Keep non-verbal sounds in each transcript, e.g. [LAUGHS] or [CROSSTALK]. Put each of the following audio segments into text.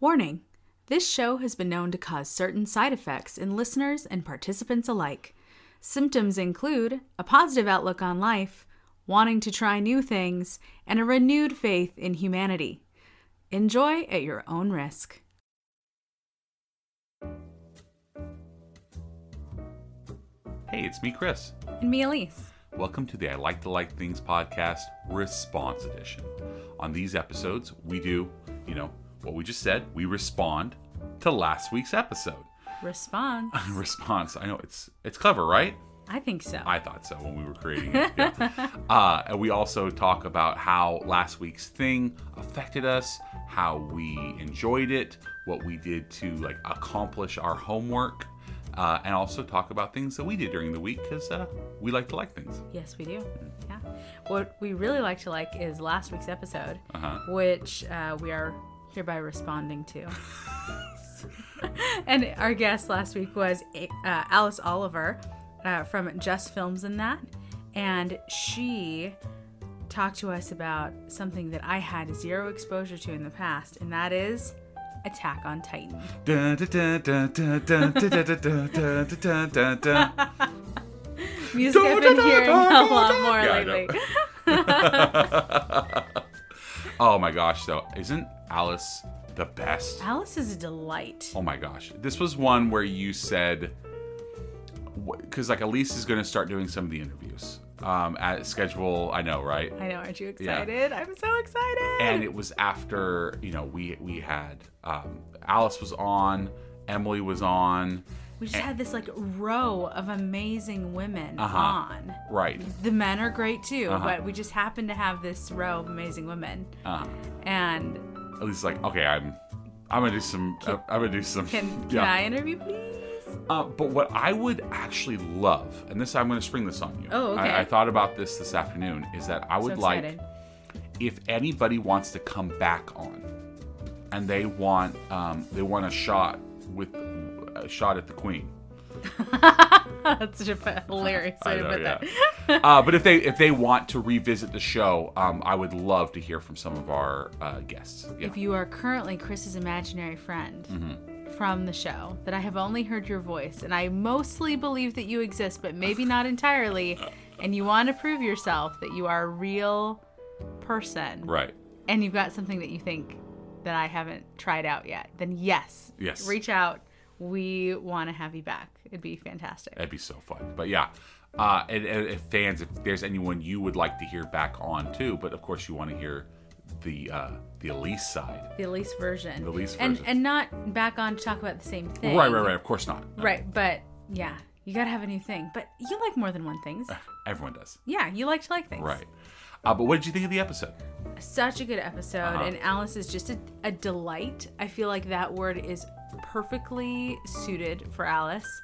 Warning this show has been known to cause certain side effects in listeners and participants alike. Symptoms include a positive outlook on life, wanting to try new things, and a renewed faith in humanity. Enjoy at your own risk. Hey, it's me, Chris. And me, Elise. Welcome to the I Like to Like Things podcast response edition. On these episodes, we do, you know, what we just said, we respond to last week's episode. [LAUGHS] Response. response. I know it's it's clever, right? I think so. I thought so when we were creating it. yeah. uh, and we also talk about how last week's thing affected us, how we enjoyed it, what we did to like accomplish our homework, uh, and also talk about things that we did during the week because uh, we like to like things. Yes, we do. Yeah. What we really like to like is last week's episode, Uh-huh. which uh, we are hereby responding to. and our guest last week was uh, Alice Oliver uh, from Just Films and That, and she talked to us about something that I had zero exposure to in the past, and that is Attack on Titan. Dun, dun, dun, dun, dun, dun, dun, dun, dun, dun, dun, dun, dun. Music I've been hearing a lot more Yeah, I know. lately. Oh my gosh, though, isn't Alice the best? Alice is a delight. Oh my gosh. This was one where you said, because like Elise is going to start doing some of the interviews um, at schedule. I know, right? I know, aren't you Yeah. excited? I'm so excited. And it was after you know we we had um, Alice was on, Emily was on, we just had this like row of amazing women Uh-huh. on. right? The men are great too, Uh-huh. but we just happen to have this row of amazing women. Uh, And Elise is like, okay, I'm I'm gonna do some I'm gonna do some can, can yeah. I interview, please? Uh, but what I would actually love, and this I'm going to spring this on you. Oh, okay. I, I thought about this this afternoon. Is that I would so like excited. [LAUGHS] if anybody wants to come back on, and they want um, they want a shot with a shot at the queen. That's such a f- hilarious way I to know, put yeah. that. uh, but if they if they want to revisit the show, um, I would love to hear from some of our uh, guests. Yeah. If you are currently Chris's imaginary friend Mm-hmm. from the show, that I have only heard your voice and I mostly believe that you exist, but maybe not [LAUGHS] entirely, and you want to prove yourself that you are a real person right. and you've got something that you think that I haven't tried out yet, then yes, Yes. reach out. We want to have you back. It'd be fantastic. That'd be so fun. But yeah, uh, and, and if fans, if there's anyone you would like to hear back on too, but of course you want to hear the uh, the Elise side. The Elise version. The Elise version. And and not back on to talk about the same thing. Right, right, right. Of course not. Right, but yeah, you gotta have a new thing. But you like more than one [LAUGHS] things. Everyone does. Yeah, you like to like things. Right. Uh, but what did you think of the episode? Such a good episode, Uh-huh. and Alice is just a, a delight. I feel like that word is perfectly suited for Alice.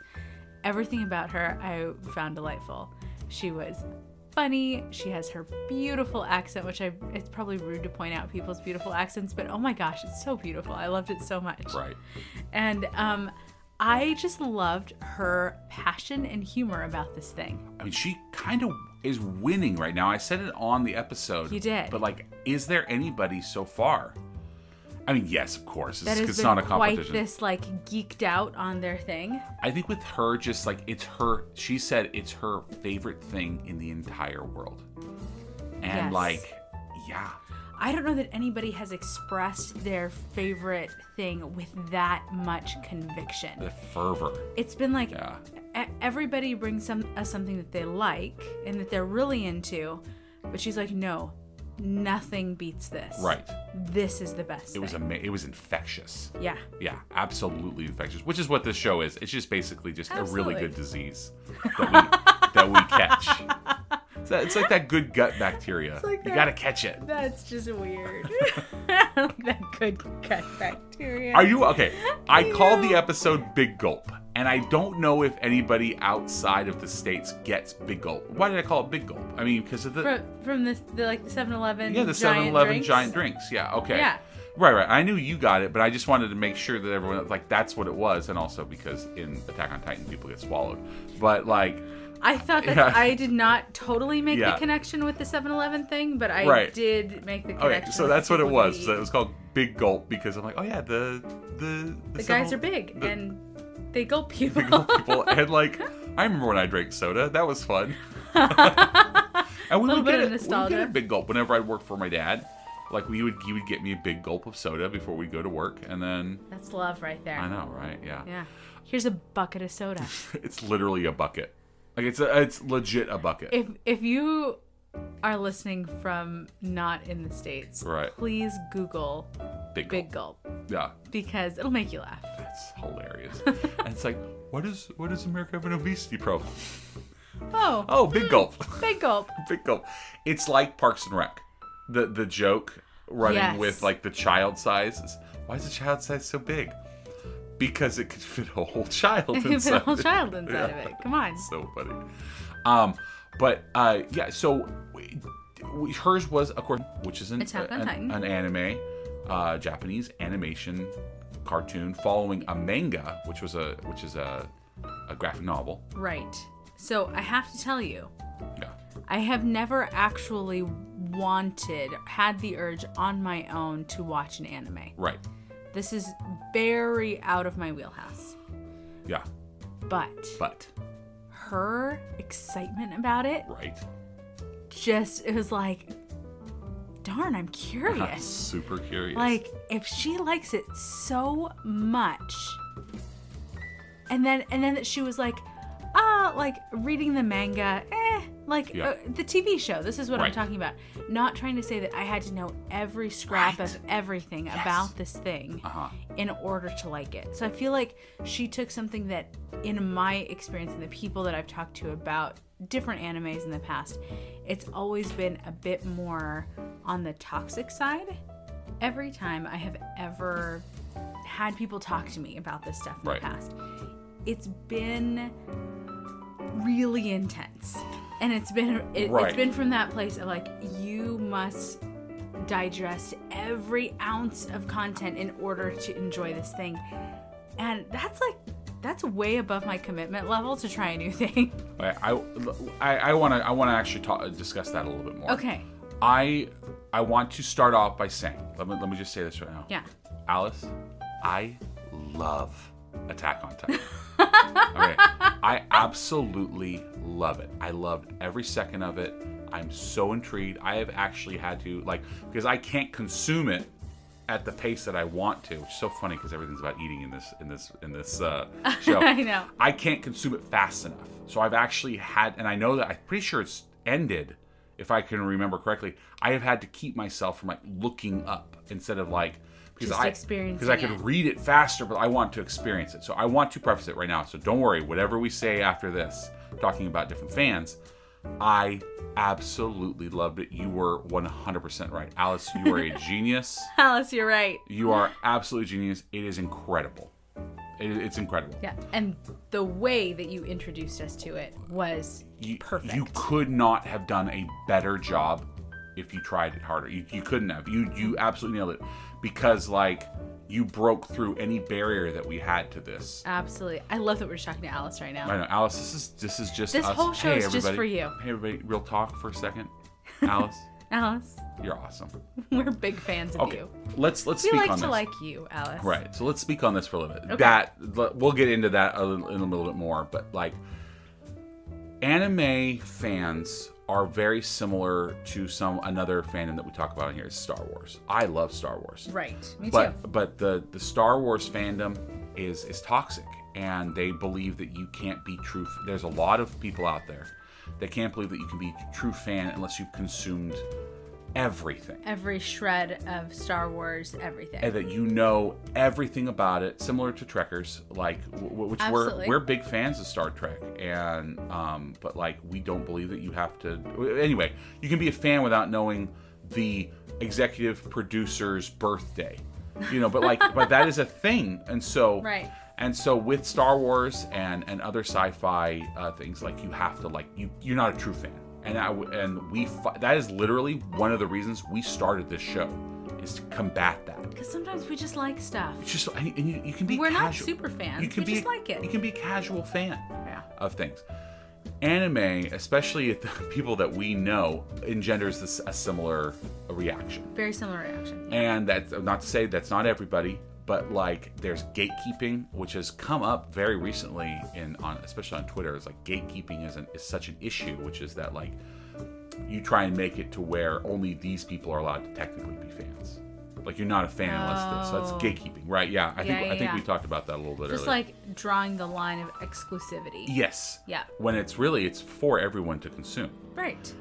Everything about her I found delightful. She was funny. She has her beautiful accent, which I it's probably rude to point out people's beautiful accents, but oh my gosh, it's so beautiful. I loved it so much. Right. And um I just loved her passion and humor about this thing. I mean, she kind of is winning right now. I said it on the episode. You did. But like, is there anybody so far? I mean, yes, of course. It's, that has it's been not a quite competition. this like geeked out on their thing. I think with her, just like it's her, she said it's her favorite thing in the entire world. And Yes. like, yeah, I don't know that anybody has expressed their favorite thing with that much conviction. the fervor. It's been like Yeah. e- everybody brings some us something that they like and that they're really into, but she's like, no, nothing beats this. Right. This is the best. It was ama- it was infectious. yeah. Yeah, absolutely infectious, which is what this show is. It's just basically just a Absolutely. really good disease that we, that we catch. [LAUGHS] So it's like that good gut bacteria. like you that- got to catch it. That's just [LAUGHS] weird. [LAUGHS] that good gut bacteria. Are you okay? I called the episode Big Gulp, and I don't know if anybody outside of the states gets Big Gulp. Why did I call it Big Gulp? I mean, because of the from, from the, the like the 7-Eleven? yeah, the giant 7-Eleven drinks? giant drinks. Yeah, okay. Yeah. Right, right. I knew you got it, but I just wanted to make sure that everyone like that's what it was, and also because in Attack on Titan people get swallowed. But like, I thought that Yeah. I did not totally make Yeah. the connection with the 7-Eleven thing, but I Right. did make the connection. Okay, so with that's the what it people was. who So eat. it was called Big Gulp because I'm like, oh yeah, the the the several- guys are big the- and [LAUGHS] they gulp people. big gulp people, and like I remember when I drank soda, that [LAUGHS] was fun. and we Little would get bit of a- we would get nostalgia. a big gulp whenever I'd work for my dad. Like we would, he would get me a big gulp of soda before we go to work, and then [LAUGHS] That's love right there. I know, right? Yeah, Yeah. Here's a bucket of soda. [LAUGHS] it's literally a bucket. Like it's a, it's legit a bucket. if if you are listening from not in the states, Right. please Google big, Big gulp. Gulp Yeah, because it'll make you laugh. it's [LAUGHS] hilarious. and it's like, what is what does America have an obesity problem? Oh, Oh, [LAUGHS] big gulp. Big Gulp. Big gulp. It's like Parks and Rec. The the joke running Yes. with like the child sizes. Why is the child size so big? Because it could [LAUGHS] fit a whole [LAUGHS] child You put inside. a whole it. child inside of Yeah. it. Come on. So funny. Um, but uh, yeah. So we- we- hers was, of course, which is an Attack on an, Titan. an anime, uh, Japanese animation cartoon following a manga, which was a which is a a graphic novel. Right. So I have to tell you, Yeah. I have never actually wanted, had the urge on my own to watch an anime. Right. This is very out of my wheelhouse. Yeah. But But her excitement about it right. [LAUGHS] just, it was like, darn, I'm curious. Super curious. Like, if she likes it so much, and then and then that she was like, ah, like reading the manga, eh, like Yeah. uh, the TV show. This is what I'm Right. talking about. Not trying to say that I had to know every scrap of everything about this thing Uh-huh. in order to like it. So I feel like she took something that, in my experience and the people that I've talked to about different animes in the past, it's always been a bit more on the toxic side. Every time I have ever had people talk to me about this stuff in Right. the past, it's been really intense. And it's been it, Right. it's been from that place of like you must digest every ounce of content in order to enjoy this thing. And that's like that's way above my commitment level to try a new [LAUGHS] thing. I I I want to I want to actually talk, discuss that a little bit more. okay. I I want to start off by saying let me let me just say this right now. Yeah. Alice, I love Attack [LAUGHS] on Titan. okay. I absolutely love it. I loved every second of it. I'm so intrigued. I have actually had to like because I can't consume it at the pace that I want to, which is so funny because everything's about eating in this in this in [LAUGHS] this uh, show. I know. I can't consume it fast enough. So I've actually had, and I know that I'm pretty sure it's ended, if I can remember correctly. I have had to keep myself from like looking up instead of like because Just I experiencing because I could it. read it faster, but I want to experience it. So I want to preface it right now. So don't worry, whatever we say after this, talking about different fans, I absolutely loved it. You were 100% right, Alice. [LAUGHS] You are a genius. Alice, you're right. You are absolutely genius. It is incredible. It, it's incredible. Yeah. And the way that you introduced us to it was you, perfect. You could not have done a better job if you tried it harder. You, you couldn't have. You you absolutely nailed it because like you broke through any barrier that we had to this. Absolutely. I love that we're just talking to Alice right now. I know, Alice. This is this is just This us. whole show hey, is just everybody. for you. Hey everybody, real talk for [LAUGHS] a second. Alice, Alice, [LAUGHS] you're awesome. we're big fans of Okay, you. let's let's We speak like on to this. like you, Alice. Right. So let's speak on this for a little bit. That l- we'll get into that a little, in a little bit more, but like anime fans are very similar to some another fandom that we talk about in here is Star Wars. I love Star Wars. Right. Me too. But but the the Star Wars fandom is is toxic and they believe that you can't be true. f- There's a lot of people out there that can't believe that you can be a true fan unless you've consumed everything Every shred of Star Wars, everything. and that you know everything about it, similar to Trekkers, like w- w- which Absolutely. we're we're big fans of Star Trek, and um, but like we don't believe that you have to. Anyway, you can be a fan without knowing the executive producer's birthday, you know. But like, but that is a thing, and [LAUGHS] so Right. and so with Star Wars and and other sci-fi uh, things, like you have to like you you're not a true fan, and I w- and we fi- that is literally one of the reasons we started this show is to combat that. Because sometimes we just like stuff. It's just and you, and you, you can be We're not casual. super fans. You can We be just like it. You can be a casual fan Yeah. of things. anime, especially [LAUGHS] at the people that we know, engenders this, a similar reaction. Very similar reaction. And that's not to say that's not everybody, but like there's gatekeeping, which has come up very recently in on especially on Twitter. It's like gatekeeping is an, is such an issue, which is that like you try and make it to where only these people are allowed to technically be fans. Like you're not a fan unless this. So that's Oh. gatekeeping, right? Yeah, I think Yeah, yeah, I think we yeah. talked about that a little bit Just earlier. like drawing the line of exclusivity. yes. Yeah. When it's really it's for everyone to consume. Right.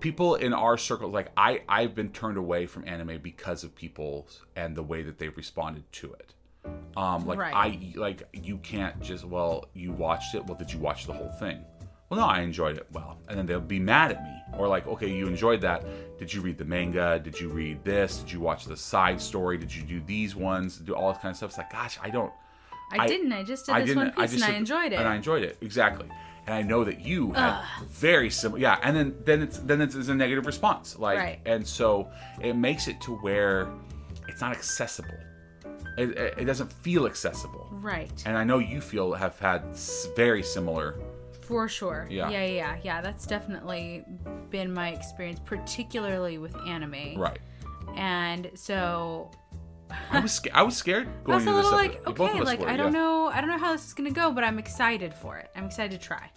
people in our circle like i i've been turned away from anime because of people and the way that they responded to it um like Right. i like you can't just well you watched it well did you watch the whole thing well no i enjoyed it well and then they'll be mad at me or like okay you enjoyed that did you read the manga did you read this did you watch the side story did you do these ones do all this kind of stuff it's like gosh i don't I, I- didn't. I just did this one piece and I took- enjoyed it. And I enjoyed it exactly. And I know that you had very similar. Yeah, and then then it's then it's, it's a negative response. Like, Right. and so it makes it to where it's not accessible. It, it, it doesn't feel accessible. right. And I know you feel have had s- very similar. For sure. Yeah. yeah. Yeah. Yeah. Yeah. That's definitely been my experience, particularly with anime. Right. And so I was sca- I was scared [LAUGHS] I going was a into this. little episode. like, Both of okay, us like were, I don't yeah. know, I don't know how this is gonna go, but I'm excited for it. I'm excited to try.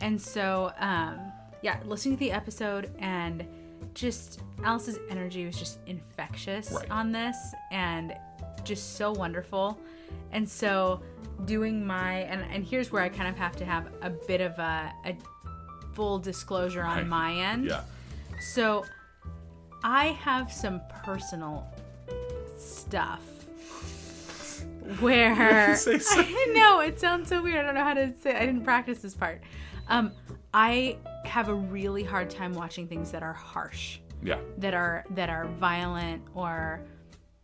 And so, um, yeah, listening to the episode and just Alice's energy was just infectious Right. on this and just so wonderful. And so, doing my and and here's where I kind of have to have a bit of a, a full disclosure on Right. my end. Yeah. So I have some personal stuff where Say [LAUGHS] so- I know it sounds so weird. I don't know how to say I didn't practice this part. Um I have a really hard time watching things that are harsh, Yeah. that are that are violent or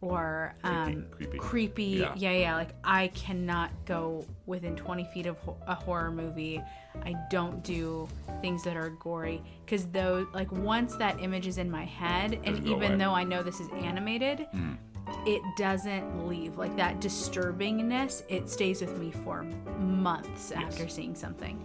or um creepy. creepy. Yeah. Yeah. yeah, Like I cannot go within 20 feet of ho- a horror movie. I don't do things that are gory because though, like once that image is in my head, Doesn't and go even away. Hmm. though I know this is animated, it doesn't leave. Like that disturbingness, it stays with me for months after seeing something.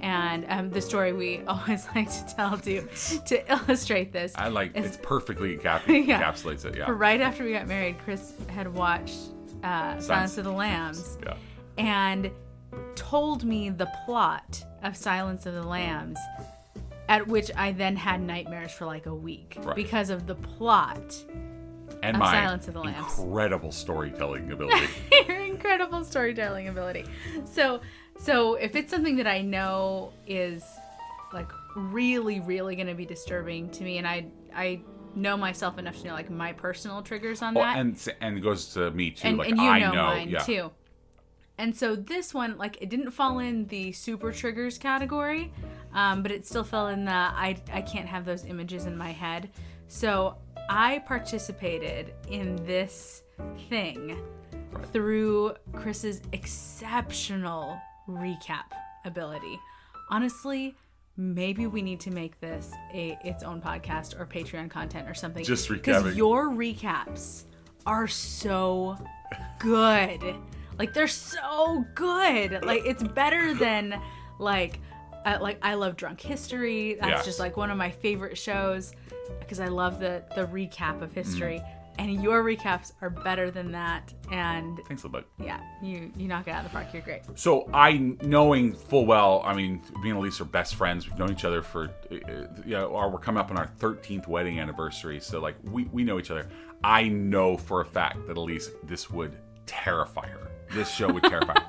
And um, the story we [LAUGHS] always like to tell to to illustrate this I like it's, perfectly [LAUGHS] cap- Yeah. encapsulates it. Yeah. right after we got married, Chris had watched uh, Silence of the Lambs Yeah. and told me the plot of Silence of the Lambs, at which I then had nightmares for like a week Right. because of the plot. And Of my Silence of the Lambs. incredible storytelling ability. Your [LAUGHS] incredible storytelling ability. So, so if it's something that I know is like really, really going to be disturbing to me, and I, I know myself enough to know like my personal triggers on Well, that. and s- and it goes to me too. and, like and you I know, know, mine yeah. too. And so this one, like, it didn't fall Mm. in the super triggers category, um, but it still fell in the I I can't have those images in my head. So I participated in this thing through Chris's exceptional recap ability. Honestly, maybe we need to make this a its own podcast or Patreon content or something. Just recapping. because your recaps are so good. Like they're so good. Like it's better than like uh, like I love Drunk History. That's Yeah. just like one of my favorite shows because I love the the recap of history. Mm-hmm. And your recaps are better than that. And Thanks a lot. yeah, you you knock it out of the park. You're great. So I, knowing full well, I mean, me and Elise are best friends. We've known each other for, uh, uh, you know, our, we're coming up on our 13th wedding anniversary. So like, we we know each other. I know for a fact that Elise, this would terrify her. This show would terrify. [LAUGHS] her.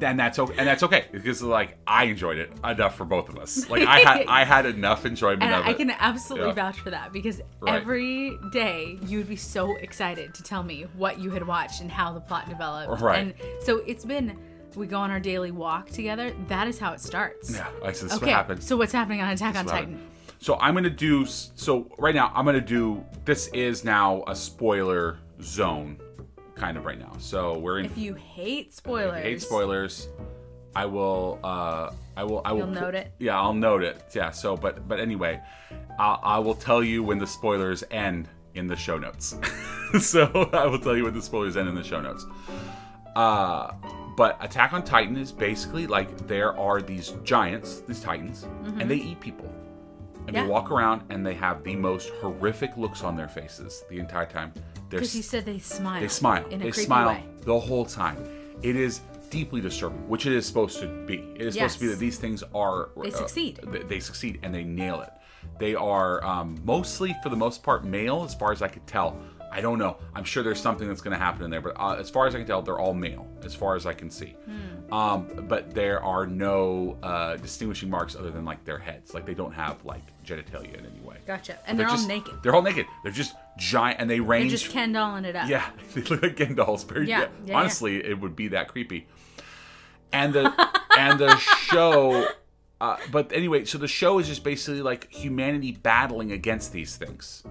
And that's okay. And that's okay because like I enjoyed it enough for both of us. [LAUGHS] Like I had I had enough enjoyment And of I it. can absolutely Yeah. vouch for that because Right. every day you would be so excited to tell me what you had watched and how the plot developed. Right. And so it's been we go on our daily walk together. That is how it starts. yeah, like, so this is Okay. what happened. So what's happening on Attack on about it. Titan? So I'm gonna do. So right now I'm gonna do. This is now a spoiler zone, kind of right now. So we're in. If you hate spoilers, hate spoilers. I will. Uh, I will. I will. You'll note it? Yeah, I'll note it. Yeah. So, but but anyway, I, I will tell you when the spoilers end in the [LAUGHS] show notes. so I will tell you when the spoilers end in the show notes. Uh, But Attack on Titan is basically like there are these giants, these titans, and they eat people. And Mm-hmm. Yeah. they walk around and they have the most horrific looks on their faces the entire time. They're Because he said they smile. they smile. In a they creepy smile way. the whole time. It is deeply disturbing, which it is supposed to be. It is supposed to be Yes. that these things are They succeed. th- they succeed and they nail it. They are um, mostly, for the most part, male, as far as I could tell. I don't know. I'm sure there's something that's going to happen in there, but uh, as far as I can tell, they're all male, as far as I can see. Hmm. Um, but there are no uh, distinguishing marks other than like their heads. Like they don't have like genitalia in any way. Gotcha. And they're, all just- naked. They're all naked. They're just giant, and they range They're just Ken dolling it up. yeah, [LAUGHS] they look like Ken dolls. Very, Yeah, yeah, yeah, yeah. Honestly, it would be that creepy. And the and the show, uh, but anyway, so the show is just basically like humanity battling against these things,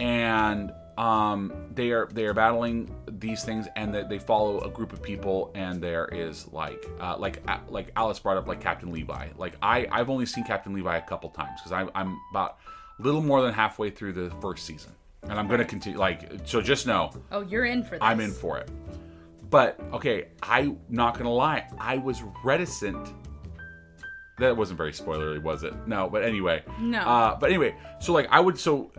and um, they are they are battling these things, and they, they follow a group of people, and there is like uh, like uh, like Alice brought up like Captain Levi. Like I I've only seen Captain Levi a couple times because I'm I'm about a little more than halfway through the first season. And I'm gonna continue, like, so just know Oh, you're in for this. I'm in for it. But okay, I not gonna lie, I was reticent. That wasn't very spoilery, was it? No, but anyway. No. Uh, but anyway, so like I would so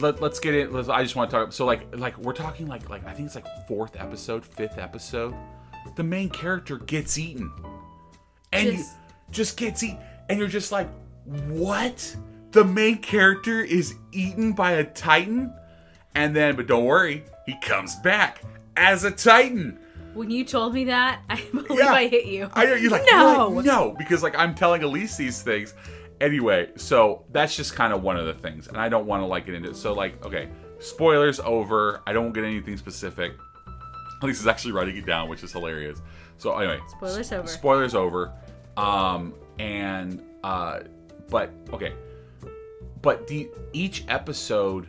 let, let's get it. Let's, I just want to talk. So like like we're talking like like I think it's like fourth episode, fifth episode. The main character gets eaten, and you Just- just gets eaten, and you're just like, what? The main character is eaten by a titan, and then but don't worry, he comes back as a titan. When you told me that, [LAUGHS] I believe Yeah. I hit you. I know you're like No. no, no, because like I'm telling Elise these things. Anyway, so that's just kind of one of the things, and I don't want to like get into it. So like, okay, spoilers over. I don't get anything specific. Elise is actually writing it down, which is hilarious. So anyway, Spoilers over. Spoilers over. Um, and uh, but okay, but the each episode,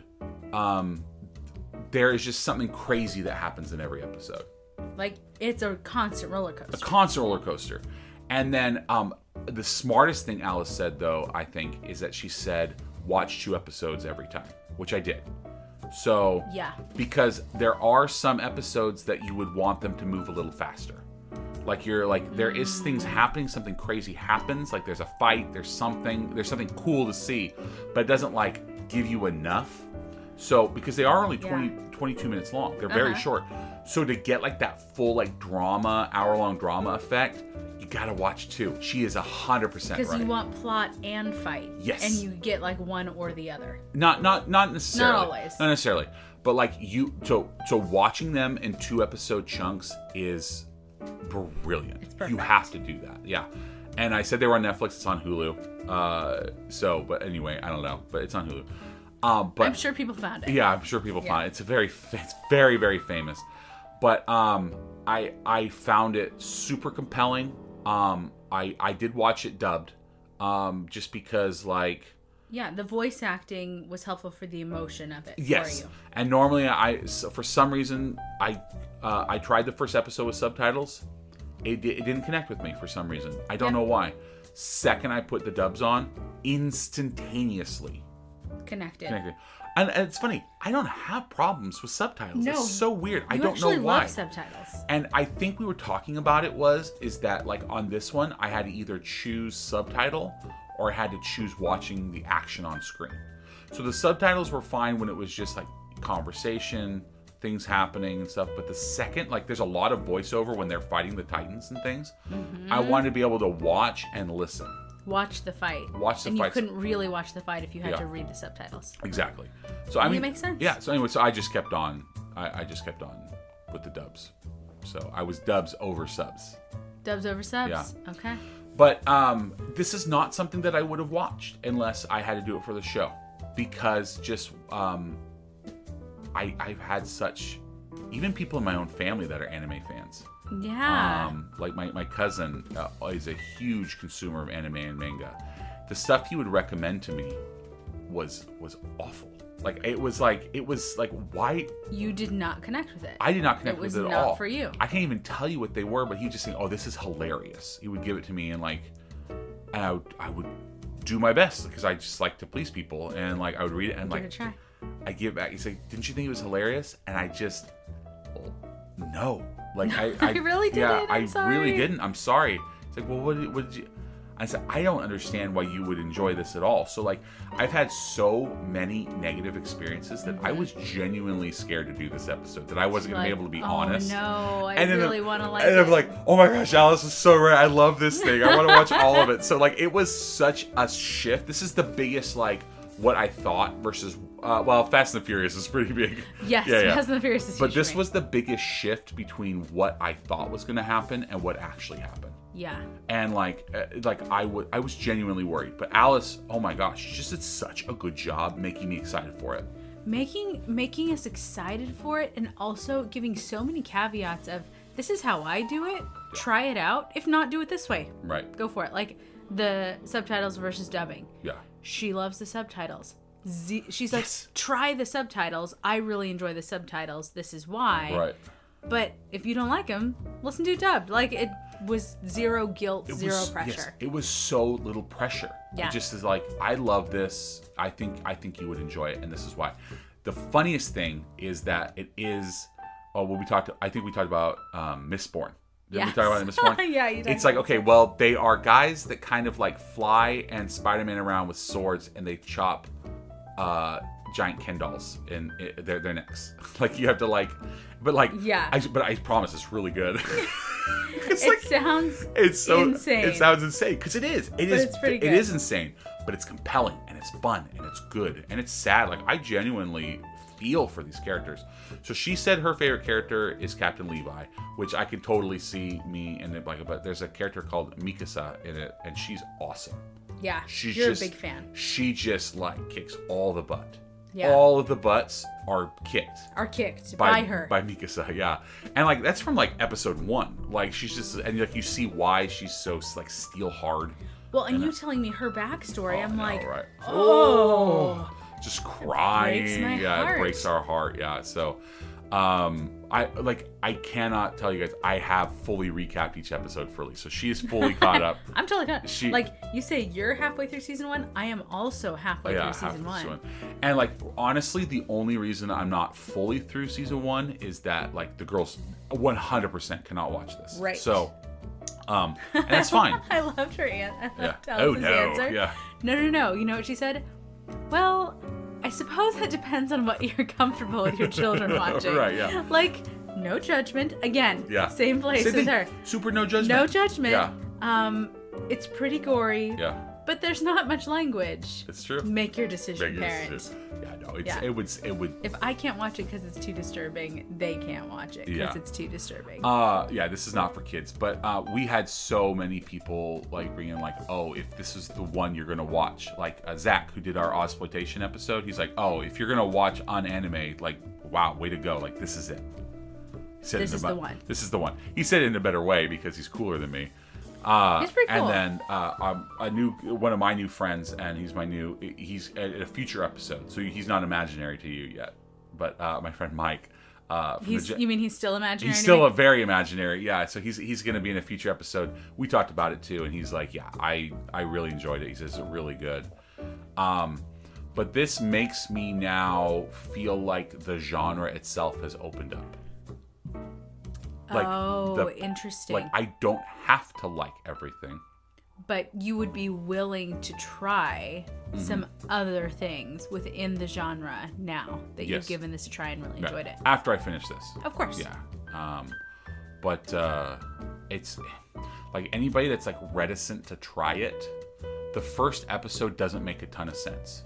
um, there is just something crazy that happens in every episode like it's a constant roller a coaster. constant roller coaster. And then um, the smartest thing Alice said, though, I think, is that she said, watch two episodes every time, which I did. So, Yeah. Because there are some episodes that you would want them to move a little faster. Like, you're like, there is things Mm. happening, something crazy happens, like there's a fight, there's something, there's something cool to see, but it doesn't like give you enough. So, because they are only 20, Yeah. 22 minutes long. They're very Uh-huh. short. So to get like that full like drama, hour long drama effect, you gotta watch two. She is a hundred percent Because right. you want plot and fight. Yes. And you get like one or the other. not not not necessarily. Not always. Not necessarily. But like you, so so watching them in two episode chunks is brilliant. you perfect. have to do that. Yeah. And I said they were on Netflix. It's on Hulu. Uh, so, but anyway, I don't know, but it's on Hulu. Um, but I'm sure people found it. Yeah, I'm sure people find it. It's a very, fa- it's very, very famous. But um, I I found it super compelling. Um, I I did watch it dubbed, um, just because like Yeah, the voice acting was helpful for the emotion of it yes. for you. And normally I so for some reason I uh, I tried the first episode with subtitles. It, di- it didn't connect with me for some reason. I don't know why. Second, I put the dubs on instantaneously. Connected. Connected. And, and it's funny. I don't have problems with subtitles. No, it's so weird. I you don't know actually why. love subtitles. And I think we were talking about it was is that like on this one I had to either choose subtitle or I had to choose watching the action on screen. So the subtitles were fine when it was just like conversation, things happening and stuff, but the second like there's a lot of voiceover when they're fighting the titans and things. I Mm-hmm. wanted to be able to watch and listen. Watch the fight. Watch the and fights. you couldn't really watch the fight if you had Yeah. to read the subtitles. Exactly. So I mean, makes sense. Yeah. So anyway, so I just kept on. I, I just kept on with the dubs. So I was dubs over subs. Dubs over subs. Yeah. Okay. But um, this is not something that I would have watched unless I had to do it for the show, because just um, I I've had such even people in my own family that are anime fans. Yeah. Um, like my my cousin uh, is a huge consumer of anime and manga. The stuff he would recommend to me was was awful. Like it was like it was like why you did not connect with it. I did not connect It was with it not at all. for you. I can't even tell you what they were, but he would just saying, "Oh, this is hilarious." He would give it to me and like, and I would I would do my best because I just like to please people and like I would read it and Give it like a try. I give back. He's like, "Didn't you think it was hilarious?" And I just didn't know. Like I, [LAUGHS] I I really Yeah, didn't. I I'm sorry. really didn't. I'm sorry. It's like, well, what did, what did you? I said, I don't understand why you would enjoy this at all. So like, I've had so many negative experiences that I was genuinely scared to do this episode. That I wasn't gonna Like, be able to be oh, honest. No, I then really I'm- want to like. And I'm it. like, oh my gosh, Alice is so right. I love this thing. I want to watch all of it. So like, it was such a shift. This is the biggest like what I thought versus uh, well, Fast and the Furious is pretty big. yes, Fast and the Furious is But huge this for me. was the biggest shift between what I thought was going to happen and what actually happened. yeah. And like, uh, like I wa- I was genuinely worried. But Alice, oh my gosh, she just did such a good job making me excited for it. making making us excited for it and also giving so many caveats of this is how I do it. Try it out. If not, do it this way. Right? Go for it. Like the subtitles versus dubbing. Yeah. She loves the subtitles. Z- she's like, Yes. try the subtitles. I really enjoy the subtitles. This is why. Right. But if you don't like them, listen to dubbed. Like it was zero guilt, It zero was- yes, pressure. it was so little pressure. Yeah. It just is like, I love this. I think I think you would enjoy it, and this is why. The funniest thing is that it is. Oh, well, we talked. I think we talked about um, Mistborn. Did we Yes. talk about Mistborn? [LAUGHS] Yeah, you It's did. like okay, well, they are guys that kind of like fly and Spider-Man around with swords, and they chop uh, giant Ken dolls in, i their their necks. [LAUGHS] like you have to like, but like Yeah. I, but I promise it's really good. [LAUGHS] it's It sounds it's so Insane. It sounds insane because it is. It is. it's pretty It good. is insane, but it's compelling and it's fun and it's good and it's sad. Like I genuinely feel for these characters. So she said her favorite character is Captain Levi, which I could totally see me and like. But there's a character called Mikasa in it, and she's awesome. yeah. She's You're just, a big fan. She just like kicks all the butt. Yeah. All of the butts are kicked Are kicked by, by, her. by Mikasa, yeah, and like that's from like episode one. Like she's just, and like you see why she's so like steel hard. Well, and you telling me her backstory, I'm I know, like, right. oh, just crying. my yeah, heart. it breaks our heart. Yeah. So, um, I like I cannot tell you guys. I have fully recapped each episode fully, so she [LAUGHS] is fully caught up. I'm totally con- She- like you say you're halfway through season one. I am also halfway yeah, through season half of one. season one. And like honestly, the only reason I'm not fully through season one is that like the girls 100% cannot watch this. Right. So, um, and [LAUGHS] that's fine. I loved her an- I loved Yeah. [LAUGHS] Oh, Alice's no. answer. Yeah. No, no, no. You know what she said? Well, I suppose that depends on what you're comfortable with your children watching. [LAUGHS] Right, yeah. Like, no judgment. Again, Yeah. same place as Same thing. her. Super no judgment. No judgment. Yeah. Um, it's pretty gory. Yeah. But there's not much language. It's true. Make your decision, Big parent. is- Yeah, no, it's, Yeah. it would, it would, If I can't watch it because it's too disturbing, they can't watch it because Yeah. it's too disturbing. uh, yeah, this is not for kids, but, uh, we had so many people like bringing like, oh, if this is the one you're going to watch, like uh, Zach, who did our Ozploitation episode, he's like, oh, if you're going to watch on anime, like, wow, way to go. Like, this is it. He said it This in a is the bu- one. This is the one. He said it in a better way because he's cooler than me. Uh, He's pretty cool. And then uh, um, a new one of my new friends, and he's my new. He's at a future episode, so he's not imaginary to you yet. But uh, my friend Mike, uh, from he's, the, Ge- you mean he's still imaginary? he's to still me? a very imaginary. Yeah, so he's he's gonna be in a future episode. We talked about it too, and he's like, yeah, I I really enjoyed it. He says it's really good. Um, but this makes me now feel like the genre itself has opened up. Like oh, the interesting. like I don't have to like everything. but you would be willing to try Mm-hmm. some other things within the genre now that you've Yes. given this a try and really Yeah, enjoyed it. After I finish this. Of course. Yeah. Um, but uh, it's like anybody that's like reticent to try it, the first episode doesn't make a ton of sense.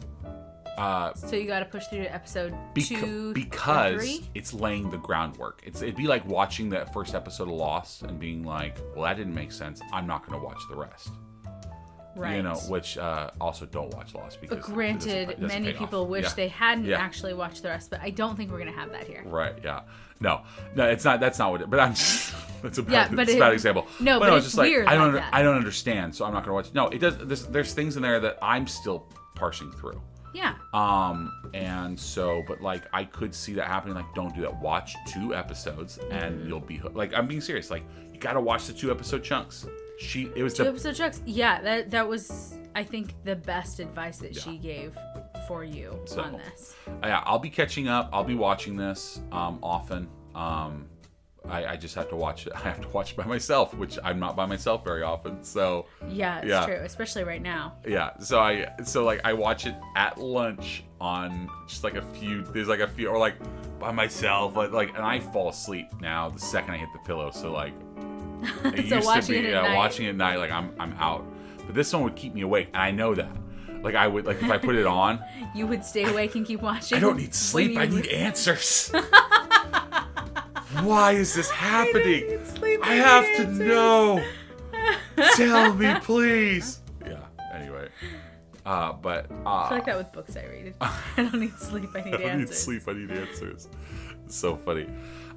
Uh, So you got to push through to episode Beca- two, because or three. it's laying the groundwork. It's it'd be like watching that first episode of Lost and being like, "Well, that didn't make sense. I'm not going to watch the rest." right? You know, which uh, also don't watch Lost because but it doesn't- granted, it doesn't many pay off. people wish Yeah. they hadn't Yeah. actually watched the rest, but I don't think we're gonna have that here. Right. Yeah. No. No. It's not. That's not what. It, but I'm just. [LAUGHS] That's a bad, Yeah, but it's a it- bad example. no, but it's weird I don't. like that. I don't understand. So I'm not gonna watch. No. It does. There's, there's things in there that I'm still parsing through. Yeah, Um. And so, but like, I could see that happening. Like, don't do that. Watch two episodes, Mm-hmm. and you'll be hooked. like. I'm being serious. Like, you gotta watch the two episode chunks. She. It was two the. episode chunks. Yeah, that that was I think the best advice that she gave for you So- on this. uh, yeah, I'll be catching up. I'll be watching this um, often. Um, I, I just have to watch it. [LAUGHS] I have to watch it by myself, which I'm not by myself very often. So Yeah, it's Yeah. true, especially right now. yeah, so I so like I watch it at lunch on just like a few. There's like a few or like by myself, like, like and I fall asleep now the second I hit the pillow. [LAUGHS] So like it So watching it at yeah, night. watching it at night, like I'm I'm out. But this one would keep me awake, and I know that. Like I would like if I put it [LAUGHS] on, You would stay awake and keep watching. I don't need when sleep. you I [LAUGHS] need answers. Why is this happening? need sleep, I I need have to answers. know. [LAUGHS] Tell me, please. Yeah. Anyway. Uh, but uh, [LAUGHS] I like that with books I read. [LAUGHS] I don't need sleep. I need I don't need answers. sleep. I need answers. So funny.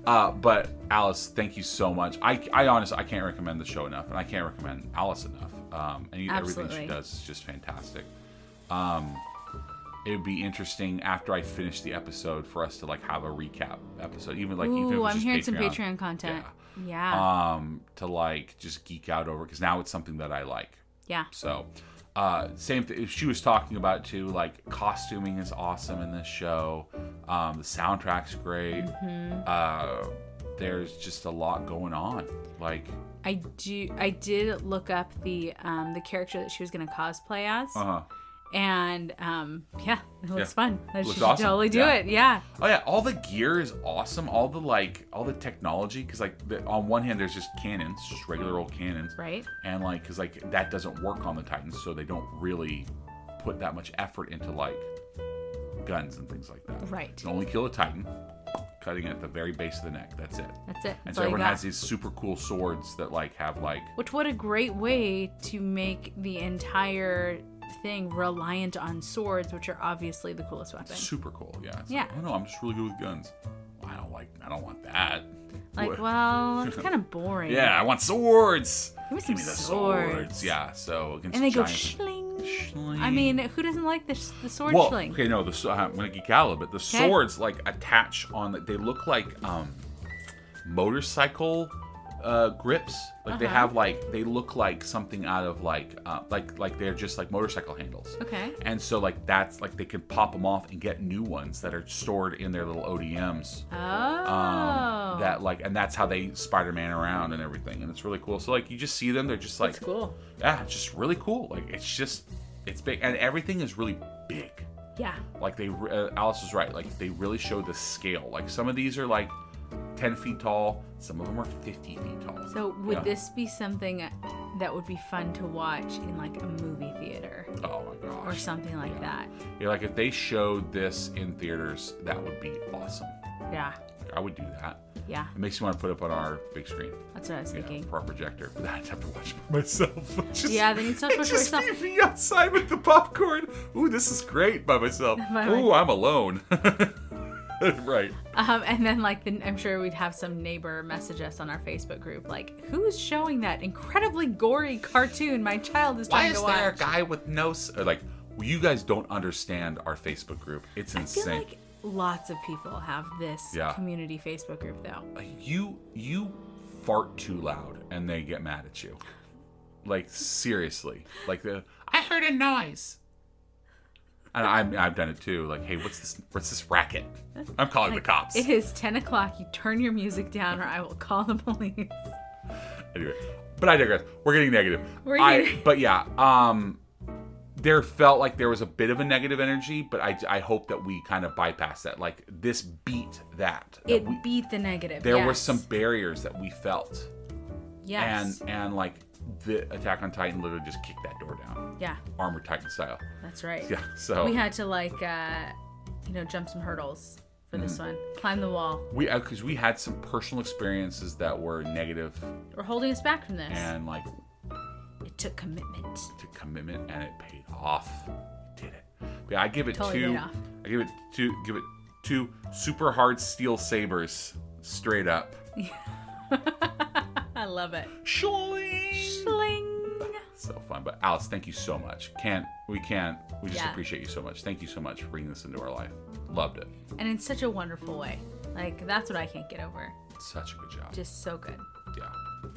Uh, but Alice, thank you so much. I, I honestly I can't recommend the show enough, and I can't recommend Alice enough. Um, and you- everything she Absolutely. does is just fantastic. Um, it would be interesting after I finish the episode for us to like have a recap episode, even like even if Ooh, it's I'm just hearing some Patreon content. Yeah. Yeah. Um, to like just geek out over because now it's something that I like. So, uh, same thing. She was talking about it too. Like costuming is awesome in this show. Um, the soundtrack's great. Uh, there's just a lot going on. Like, I do I did look up the um the character that she was gonna cosplay as. uh, And um yeah, it looks Yeah. fun. She Looks should awesome. totally do Yeah. it. Yeah. oh yeah, all the gear is awesome. All the like, all the technology. Because like, the, on one hand, there's just cannons, just regular old cannons, Right? and like, because like that doesn't work on the Titans, so they don't really put that much effort into like guns and things like that. Right. You can only kill a Titan, cutting at the very base of the neck. That's it. That's it. And That's so all you everyone got. has these super cool swords that like have like Which what a great way to make the entire thing reliant on swords, which are obviously the coolest weapon. super cool. Yeah. It's Yeah. Like, oh no, I'm just really good with guns. I don't like. I don't want that. Like, What- well, it's kind of boring. [LAUGHS] Yeah, I want swords. Give me some swords. Yeah. So against And they go giant- schling. Schling. I mean, who doesn't like the, sh- the sword well, schling? okay, no. The so- I'm gonna geek out a little bit. The Okay. swords like attach on. the- They look like um, motorcycle uh, grips. Like they Uh-huh. have like they look like something out of like uh, like like they're just like motorcycle handles. Okay. And so like that's like they can pop them off and get new ones that are stored in their little ODMs. Oh. Um, that like and that's how they Spider-Man around and everything, and it's really cool. So like you just see them, they're just like That's cool. yeah, it's just really cool. Like it's just it's big and everything is really big. Yeah. Like they re- uh, Alice was right. Like they really show the scale. Like some of these are like ten feet tall, some of them are fifty feet tall. So would Yeah. this be something that would be fun to watch in like a movie theater oh my or gosh. something like that? Yeah, like if they showed this in theaters, that would be awesome. Yeah. Like, I would do that. Yeah. It makes me want to put up on our big screen That's what I was yeah, thinking. for our projector, [LAUGHS] but I'd have to watch by myself. [LAUGHS] just, Yeah, then you'd still have to watch by just yourself. be me outside with the popcorn. Ooh, this is great by myself. [LAUGHS] By Ooh, I'm alone. [LAUGHS] right. Um, and then like the, I'm sure we'd have some neighbor message us on our Facebook group like, who's showing that incredibly gory cartoon my child is Why trying is to there a watch? guy with no s- or like? well, You guys don't understand our Facebook group. It's I feel insane. like lots of people have this Yeah. community Facebook group though. you you fart too loud and they get mad at you. Like seriously. Like the I heard a noise. And I'm, I've done it too. Like, hey, what's this? What's this racket? I'm calling the cops. It is 10 o'clock. You turn your music down or I will call the police. anyway, but I digress. We're getting negative. We're I, getting- but yeah, um, there felt like there was a bit of a negative energy, but I, I hope that we kind of bypassed that. Like this beat that. that It we, beat the negative. there were yes. some barriers that we felt, Yes. and and like the Attack on Titan literally just kicked that door down, yeah, Armored Titan style. that's right. Yeah. So We had to like, uh, you know, jump some hurdles for this Mm-hmm. one. Climb the wall. we because we had some personal experiences that were negative We're holding us back from this. and like it took commitment. to commitment and it paid off. It did it. But I give it Totally two. paid off. I give it two. Give it two super hard steel sabers straight up. I love it. Shling. Sling. So fun. But Alice, thank you so much. Can't we can't we just Yeah. appreciate you so much. Thank you so much for bringing this into our life. Loved it. And in such a wonderful way. Like, that's what I can't get over. Such a good job. Just so good. yeah.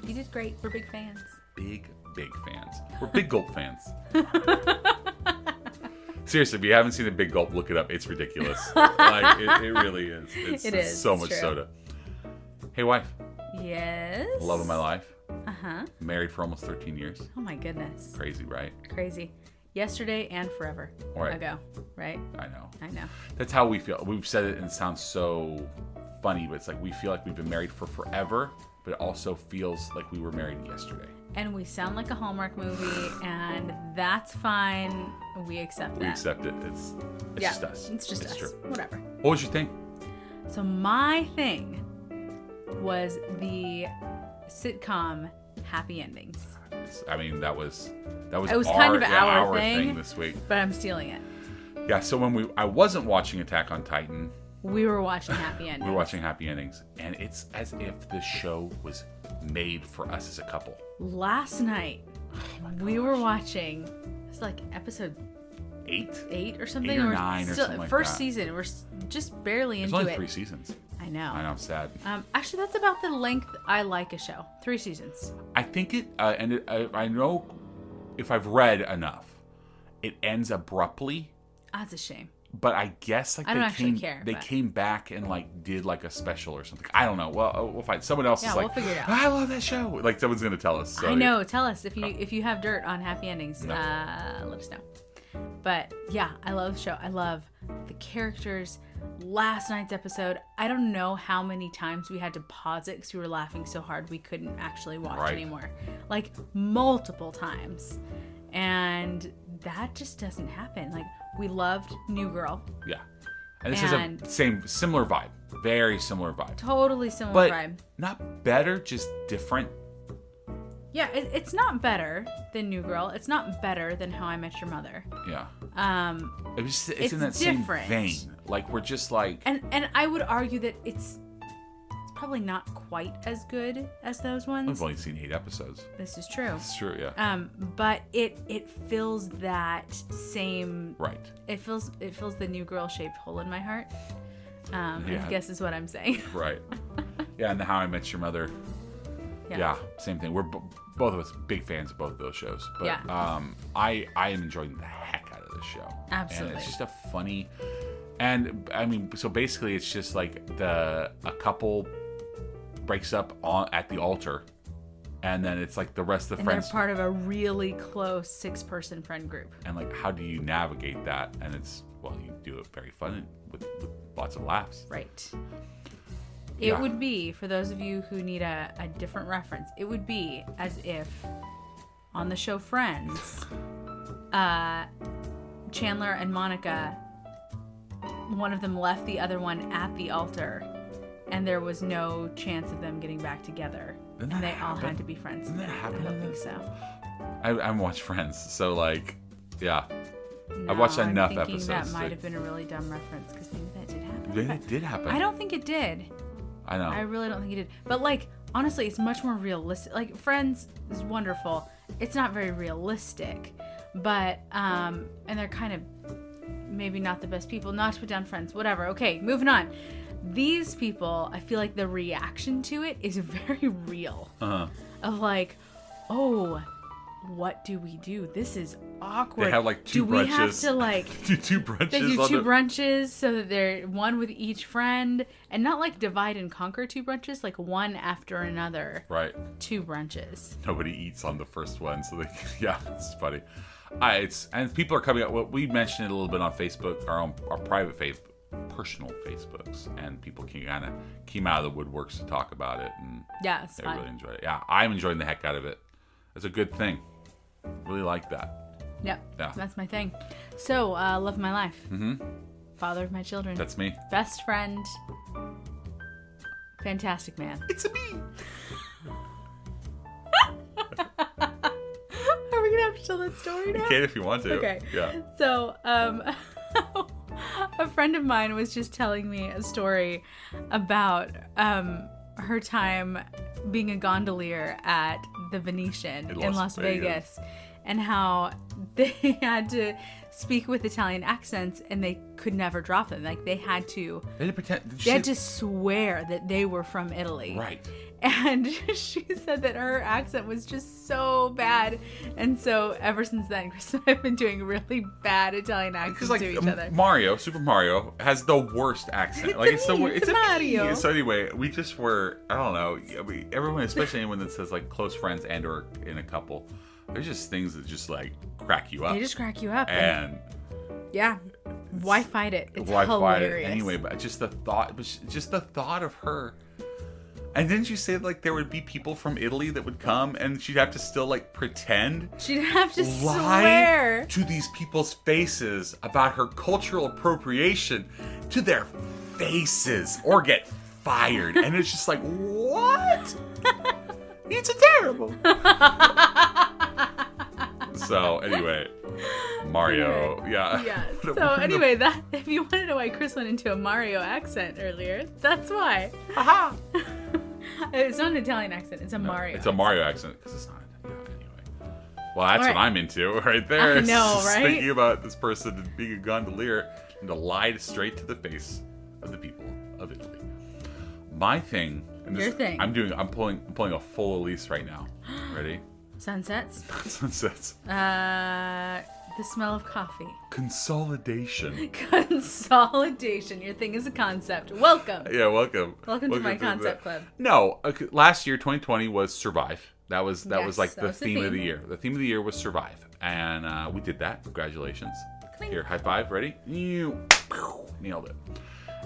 You did great. We're big fans. Big big fans. We're big gulp fans. [LAUGHS] Seriously, if you haven't seen the Big Gulp, look it up. [LAUGHS] It's ridiculous. like it, it really is. It's, It it's is, so it's much true. soda. Hey, wife. Yes. Love of my life. Uh huh. Married for almost 13 years. Oh my goodness. Crazy, right? Crazy. Yesterday and forever Right. ago, right? I know. I know. That's how we feel. We've said it and it sounds so funny, but it's like we feel like we've been married for forever, but it also feels like we were married yesterday. And we sound like a Hallmark movie, and that's fine. We accept We that. accept it. It's it's yeah, just us. It's just us. true. Whatever. What was your thing? So my thing was the sitcom happy endings, It's- I mean, that was that was, It was our, kind of yeah, our our thing. thing. this week. but I'm stealing it. Yeah. So when we I wasn't watching Attack on Titan, We were [LAUGHS] watching happy endings. we were watching Happy Endings, and it's as if the show was made for us as a couple. Last night, Oh we were watching. It's like episode Eight. eight or something, Eight or we're nine or still, something like first that. season. We're s- just barely There's into only it. three seasons. I know. I know. I'm sad. Um, actually, that's about the length I like a show. Three seasons. I think it, uh, and it, I, I know if I've read enough, it ends abruptly. That's a shame. But I guess like I don't they actually came, care, they but- came back and like did like a special or something. I don't know. Well, uh, we'll find someone else. Yeah, is we'll like, figure it out. I love that show. Like someone's gonna tell us. So I know. Tell us if Oh. you if you have dirt on happy endings. Uh, let us know. But yeah, I love the show. I love the characters. Last night's episode, I don't know how many times we had to pause it because we were laughing so hard we couldn't actually watch Right. anymore. Like multiple times. And that just doesn't happen. Like we loved New Girl. Yeah. And this is a And- same similar vibe. Very similar vibe. Totally similar But vibe. not better, just different. Yeah, it, it's not better than New Girl. It's not better than How I Met Your Mother. Yeah. Um, It was just, it's, in that It's different. same vein. Like we're just like and and I would argue that it's it's probably not quite as good as those I've ones. only seen eight episodes. This is true. It's true, yeah. Um, but it it fills that same right. it fills it fills the new girl shaped hole in my heart. Um, Yeah. I guess is what I'm saying. [LAUGHS] Right. [LAUGHS] yeah, and the How I Met Your Mother. Yeah, same thing. We're b- both of us big fans of both of those shows. But Yeah. um, I I am enjoying the heck out of this show. And Absolutely. it's just a funny, and I mean, so basically, it's just like the a couple breaks up on at the altar, and then it's like the rest of the And friends. they're part of a really close six person friend group. and like, how do you navigate that? And it's well, you do it very fun with, with lots of laughs. Right. It Yeah. would be, for those of you who need a, a different reference, it would be as if on the show Friends, uh, Chandler and Monica, one of them left the other one at the altar, and there was no chance of them getting back together. Didn't and that they all happen? had to be friends. Didn't that I happen don't in think the- so. I, I watch Friends, so like, yeah, I've watched No, enough I'm thinking episodes. That might to- have been a really dumb reference because maybe that did happen. Maybe but that did happen. I don't think it did. I know. I [LAUGHS] really don't think he did. But like honestly, it's much more realistic. Like Friends is wonderful. It's not very realistic, but um, and they're kind of maybe not the best people. Not to put down Friends, whatever. Okay, moving on. These people, I feel like the reaction to it is [LAUGHS] very real. Uh-huh. Of like, oh, what do we do? This is awkward. have, like, do two we have brunches. to like do two brunches. they do on two the- brunches so that they're one with each friend and not like divide and conquer two brunches, like one after another. Mm. right. Two brunches. Nobody eats on the first one, so they [LAUGHS] yeah, it's funny. I, it's and people are coming up. Well, we mentioned it a little bit on Facebook, our own, our private faith, personal Facebooks, and people kind of came out of the woodworks to talk about it, and Yeah, it's they fun. really enjoyed it. Yeah, I'm enjoying the heck out of it. It's a good thing. Really like that. Yep. Yeah. That's my thing. So, uh, love of my life. Mm-hmm. Father of my children. That's me. Best friend. Fantastic man. It's a me. Are we gonna have to tell that story now? [LAUGHS] Kate, if you want to. Okay. Yeah. So, um, [LAUGHS] a friend of mine was just telling me a story about um, her time being a gondolier at the Venetian In in Las, Las Vegas. Vegas. and how they [LAUGHS] had to speak with Italian accents and they could never drop them. Like they had to They had to pretend. did they you had say- to swear that they were from Italy. right. And [LAUGHS] she said that her accent was just so bad. And so ever since then, [LAUGHS] Chris and I have been doing really bad Italian accents Because like to each M- other. Mario, Super Mario has the worst accent. It's like a it's the me, wor- it's a me. Mario. So anyway, we just were. I don't know. yeah, We, everyone, especially anyone that says like close friends and or in a couple, there's just things that just like crack you up. They just crack you up. And and yeah. Why fight it? It's why fight it hilarious. anyway? But just the thought, but sh- just the thought of her. And didn't you say like there would be people from Italy that would come and she'd have to still like pretend She'd have to lie swear. [LAUGHS] to these people's faces about her cultural appropriation to their faces or get fired. And it's just like, what? [LAUGHS] It's [LAUGHS] terrible. so, anyway, Mario, yeah. [LAUGHS] Yeah. What a- So what a- anyway, that [LAUGHS] if you want to know why Chris went into a Mario accent earlier, that's why. [LAUGHS] Aha! It's not an Italian accent. It's a Mario. It's a Mario accent because it's not. yeah, Anyway, well, that's All what right. I'm into [LAUGHS] right there. I know, [LAUGHS] Just right? Thinking about this person being a gondolier and to lie straight to the face of the people of Italy. My thing. And Your thing. I'm doing. I'm pulling. I'm pulling a full Elise right now. [GASPS] Ready? [LAUGHS] Sunsets. [LAUGHS] Sunsets. Uh, the smell of coffee. Consolidation. Consolidation. Your thing is a concept. Welcome. [LAUGHS] Yeah, welcome. Welcome to my the- concept club. No, okay, last year 2020 was survive. That was that was Yes, like that the was the theme, of the theme. year. The theme of the year was survive, and uh, we did that. Congratulations! Clink. Here, high five. Ready? Ew. Pew. Nailed it.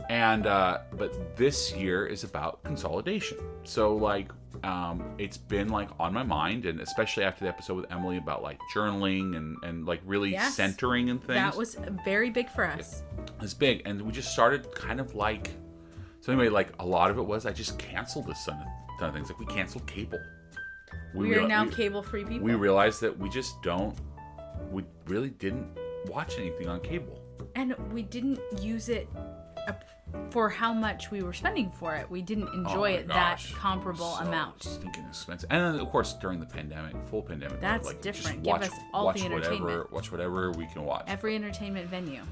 And uh, but this year is about consolidation. So like, um, it's been like on my mind, and especially after the episode with Emily about like journaling and and like really Yes. centering and things That was very big for us. was big and we just started kind of like so anyway like a lot of it was i just canceled this ton of, ton of things like we canceled cable We, reali- are now we, cable-free people. we realized that we just don't we really didn't watch anything on cable and we didn't use it up for how much we were spending for it. We didn't enjoy Oh my it gosh. that comparable So amount. stinking expensive and then of course during the pandemic full pandemic we were That's like just different. Give watch, us all watch the whatever entertainment. watch whatever we can watch Every entertainment venue.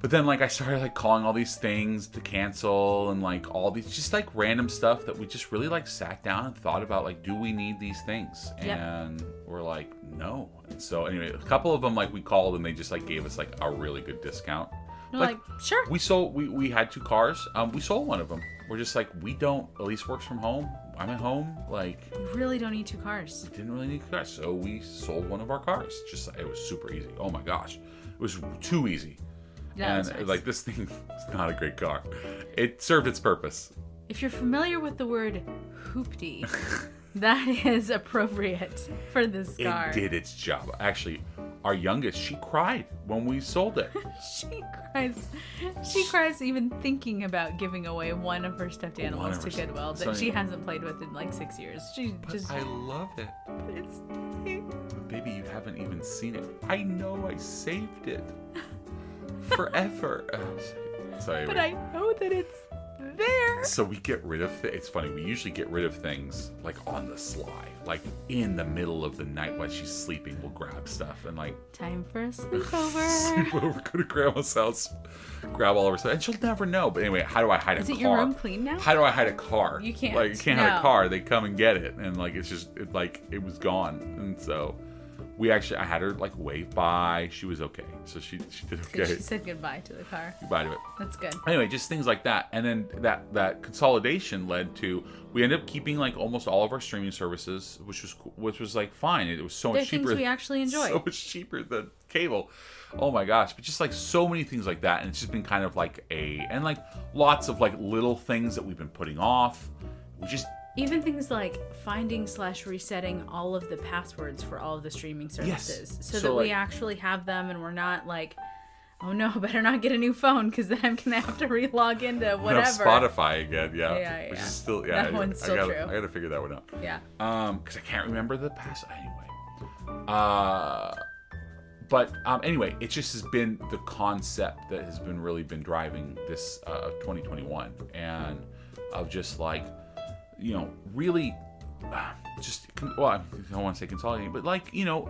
But then like I started like calling all these things to cancel and like all these just like random stuff that we just really like sat down and thought about like do we need these things? Yep. And we're like no. And so anyway, a couple of them like we called and they just like gave us like a really good discount. We're like, sure. we sold we we had two cars. Um we sold one of them. We're just like we don't at least works from home. I'm at home like We really don't need two cars. didn't really need a car, so we sold one of our cars. Just it was super easy. Oh my gosh. It was too easy Yeah, and uh, that's nice. like this thing is not a great car. It served its purpose. If you're familiar with the word [LAUGHS] hoopty, that is appropriate for this car. It did its job. Actually, our youngest, she cried when we sold it. She cries. She cries even thinking about giving away one of her stuffed animals of to her stuffed- Goodwill that so- she hasn't played with in like six years. She [LAUGHS] just. I love it. it's, Baby, you haven't even seen it. I know I [LAUGHS] saved it forever. Oh, so anyway, but I know that it's there. so we get rid of th- it's funny. We usually get rid of things like on the sly, like in the middle of the night while she's sleeping. We'll grab stuff and like Time [LAUGHS] for a sleepover. sleep over, go to grandma's house, grab all of her stuff, and she'll never know. But anyway, how do I hide a Is car? it your room clean now? How do I hide a car? You can't. Like you can't hide a No. car. They come and get it, and like it's just it, like it was gone. And so we actually, I had her like wave by. She was okay, so she she did okay. [LAUGHS] She said goodbye to the car. Goodbye to it That's good. anyway just things like that and then that that consolidation led to we ended up keeping like almost all of our streaming services which was cool- which was like fine it was so much They're things cheaper we actually enjoy. so [LAUGHS] much cheaper than cable oh my gosh but just like so many things like that and it's just been kind of like a and like lots of like little things that we've been putting off we just Even things like finding slash resetting all of the passwords for all of the streaming services, so, So, that like- we actually have them and we're not like, oh no, [LAUGHS] better not get a new phone because then I'm gonna have to relog into we have whatever. Spotify again, yeah. Yeah, Which yeah. is still yeah. That anyway, one's I still gotta- true. I gotta figure that one out. Yeah, um because i can't remember the past anyway uh but um anyway it just has been the concept that has been really been driving this uh 2021 and of just like you know really uh, just con- well i don't want to say consolidating but like you know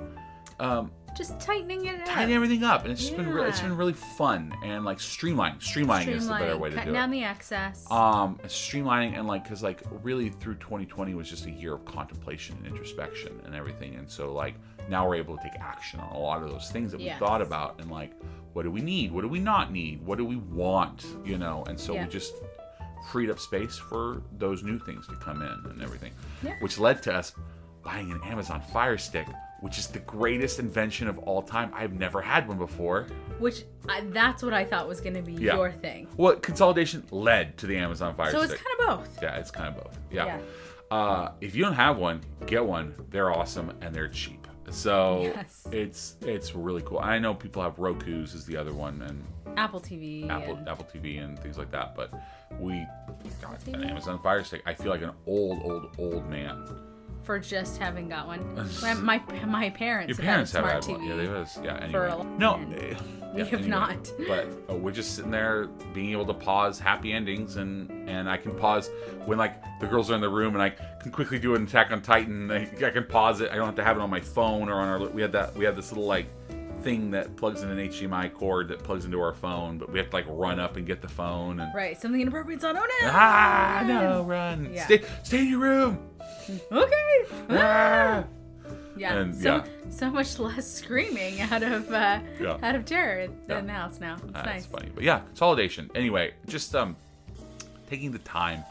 um, Just tightening it up. tighten everything up, and it's just been re- it's Yeah. been really fun and like streamlining. Streamlining, is the better Streamlining, way to cutting do it. down the excess. Um, streamlining and like, cause like really through 2020 was just a year of contemplation and introspection and everything. And so like now we're able to take action on a lot of those things that we Yes. thought about and like, what do we need? What do we not need? What do we want? You know? And so Yeah. we just freed up space for those new things to come in and everything, Yeah. which led to us buying an Amazon Fire Stick, which is the greatest invention of all time. I've never had one before. which I, that's what I thought was going to be Yeah. your thing. Well, consolidation led to the Amazon Fire So Stick. it's kind of both. Yeah, it's kind of both. Yeah. Uh, if you don't have one, get one. They're awesome and they're cheap. So Yes. it's it's really cool. I know people have Roku's is the other one and Apple TV. Apple and- Apple TV and things like that, but we got an TV? Amazon Fire Stick. I feel like an old old old man. for just having got [SIGHS] one. My my, my parents. Your parents have had have a had smart one. TV. Yeah, they was. Yeah, anyway. for a long no, time. eh, We yeah, have anyway. not. But uh, we're just sitting there being able to pause happy endings, and and I can pause when like the girls are in the room, and I can quickly do an Attack on Titan. [LAUGHS] I, I can pause it. I don't have to have it on my phone or on our. We had that. We have this little like thing that plugs in an HDMI cord that plugs into our phone, but we have to like run up and get the phone and. Right, something inappropriate's on. Oh no! Ah no! Run! Yeah. Stay, stay in your room. Okay. Ah! Yeah. And, so yeah. so much [LAUGHS] less screaming out of uh, Yeah. out of terror Yeah. than the house now. It's Uh, nice. That's funny. But yeah, consolidation. Anyway, just um taking the time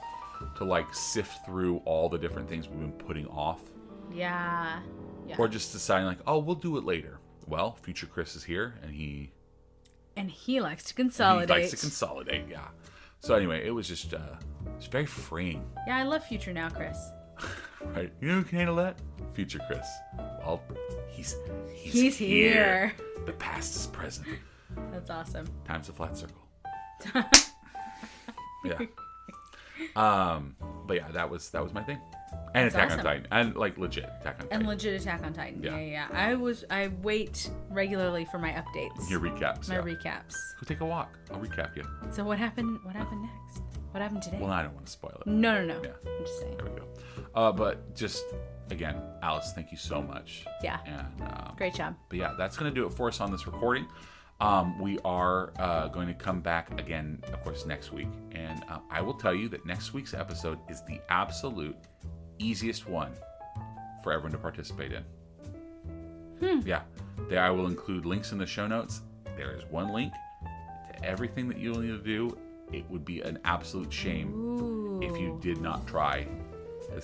to like sift through all the different things we've been putting off Yeah. Yeah. or just deciding like, "Oh, we'll do it later." Well, future Chris is here and he, and he likes to he consolidate. likes to consolidate, yeah. So anyway, it was just uh it's very freeing, yeah, I love future now, Chris. right? You know who can handle that? Future Chris. Well, he's he's, He's here. The past is present. That's awesome. Times a [LAUGHS] flat circle. yeah. Um, but yeah, that was that was my thing. And That's Attack on awesome. Titan, and like legit Attack on And Titan. legit Attack on Titan. Yeah. Yeah. yeah, yeah. I was I wait regularly for my updates. Your recaps. my yeah. recaps. Go take a walk. I'll recap you. So what happened? What happened next? What happened today? Well, I don't want to spoil it. no, no, no. Yeah. I'm just saying. There we go. Uh, but just again, Alice, thank you so much. Yeah. And um, Great job. But yeah, that's going to do it for us on this recording. Um, we are uh, going to come back again, of course, next week. And uh, I will tell you that next week's episode is the absolute easiest one for everyone to participate in. Yeah. There, I will include links in the show notes. There is one link to everything that you'll need to do. It would be an absolute shame Ooh. if you did not try this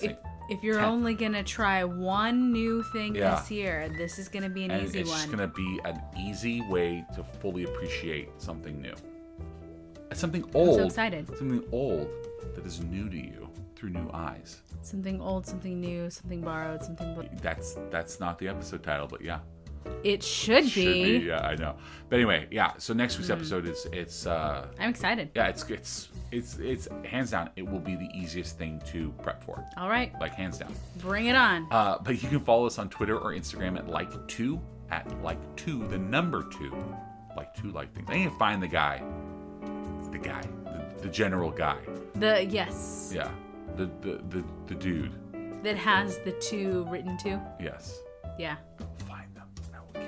If, thing. if you're Ten- only gonna try one new thing Yeah. this year, this is gonna be an and easy it's one. just going to be an easy way to fully appreciate something new something old excited. something old that is new to you through new eyes Something old, something new, something borrowed, something. bl- that's that's not the episode title but yeah It should be. Hmm. should be yeah i know but anyway yeah so next week's episode is it's uh I'm excited. yeah it's it's it's it's hands down it will be the easiest thing to prep for All right, like hands down bring it on. Uh, but you can follow us on Twitter or Instagram at like two at like two the number two like two like things. I need to find the guy, the guy, the, the general guy. The yes Yeah, the the the, the dude. that has the two written to. Yes, Yeah. find them. I will kill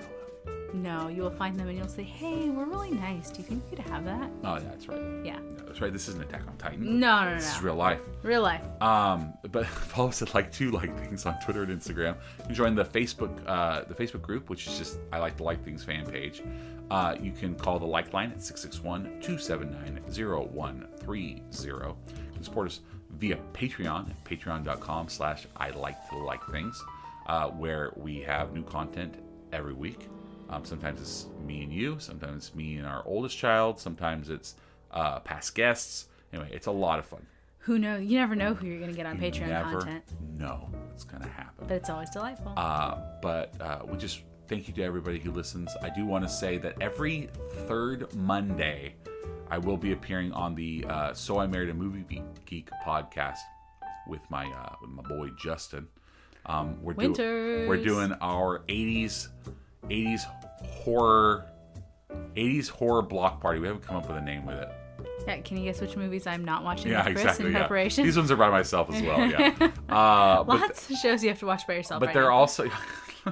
them. No, you will find them and you'll say, "Hey, we're really nice. Do you think we could have that?" Oh, yeah, that's right. Yeah. Yeah, that's right. This isn't Attack on Titan. No, no, no. This is no. real life. Real life. Um, but [LAUGHS] follow us at like two like things on Twitter and Instagram. You can join the Facebook uh, the Facebook group, which is just I like the like things fan page. Uh, you can call the like line at 661-279-0130. You can support us via Patreon at patreon.com slash I like to like things, uh, where we have new content every week. Um, sometimes it's me and you, sometimes it's me and our oldest child, sometimes it's uh, past guests. Anyway, it's a lot of fun Who knows? You never know who you're gonna get on Patreon never content, know what's going to happen. but it's always delightful. Uh, but uh, we just thank you to everybody who listens. I do want to say that every third Monday, I will be appearing on the uh, So I Married a Movie Be- Geek podcast with my uh, with my boy Justin. Um, we're doing we're Winters. doing our 80s 80s horror 80s horror block party. We haven't come up with a name with it. yeah. Can you guess which movies I'm not watching Yeah, with Chris exactly. in yeah. preparation? These ones are by myself [LAUGHS] as well. Yeah. Uh, but Lots of shows you have to watch by yourself. but right they're now. also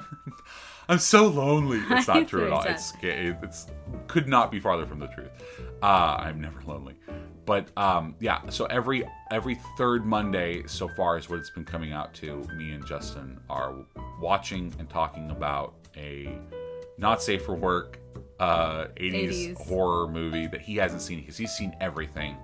[LAUGHS] I'm [LAUGHS] so lonely. It's not true at all. 100%. It's it's could not be farther from the truth. Uh, I'm never lonely. But um, yeah, so every every third Monday so far is what it's been coming out to. Me and Justin are watching and talking about a not safe for work uh, 80s, 80s. horror movie that he hasn't seen because he's seen everything.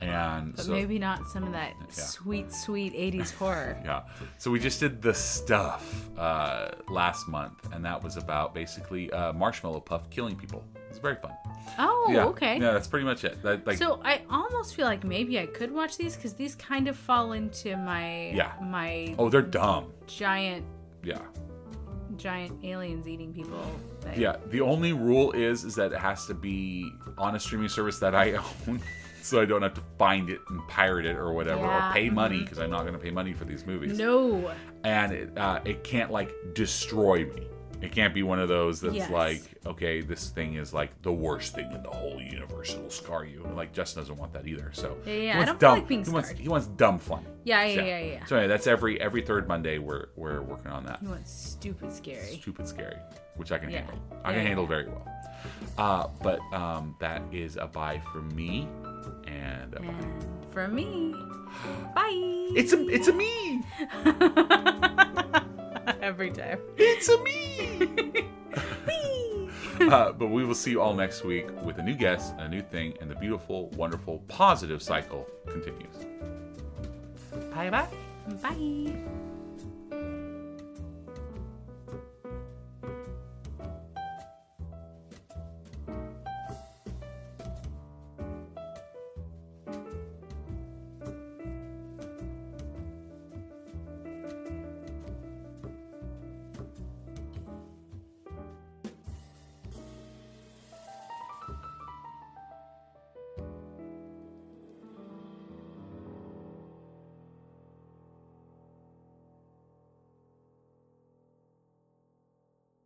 And But so, maybe not some of that sweet, sweet [LAUGHS] 80s horror. yeah. So we just did the stuff uh, last month, and that was about basically uh, Marshmallow Puff killing people. It's very fun. Oh, yeah. okay. Yeah, that's pretty much it. That, like, So I almost feel like maybe I could watch these because these kind of fall into my Yeah. my oh, they're dumb. giant Yeah. giant aliens eating people. Thing. Yeah. The only rule is is that it has to be on a streaming service that I [LAUGHS] own. So I don't have to find it and pirate it or whatever, Yeah, Mm-hmm. or pay money because I'm not going to pay money for these movies. No. and it, uh, it can't like destroy me. It can't be one of those that's Yes. like, okay, this thing is like the worst thing in the whole universe. It'll scar you. And, like Justin doesn't want that either. So Yeah, he yeah, I wants don't feel dumb- like being he wants, scarred. he wants dumb fun. Yeah, yeah, yeah, yeah. So anyway, that's every every third Monday we're we're working on that. You want stupid scary. Stupid scary, which I can Yeah. handle. I Yeah, can yeah. handle very well. Uh, but um, that is a bye for me, and a bye. And for me, bye. it's a it's a me. [LAUGHS] every time. It's a me. uh, but we will see you all next week with a new guest, a new thing, and the beautiful, wonderful, positive cycle continues. Bye bye. Bye.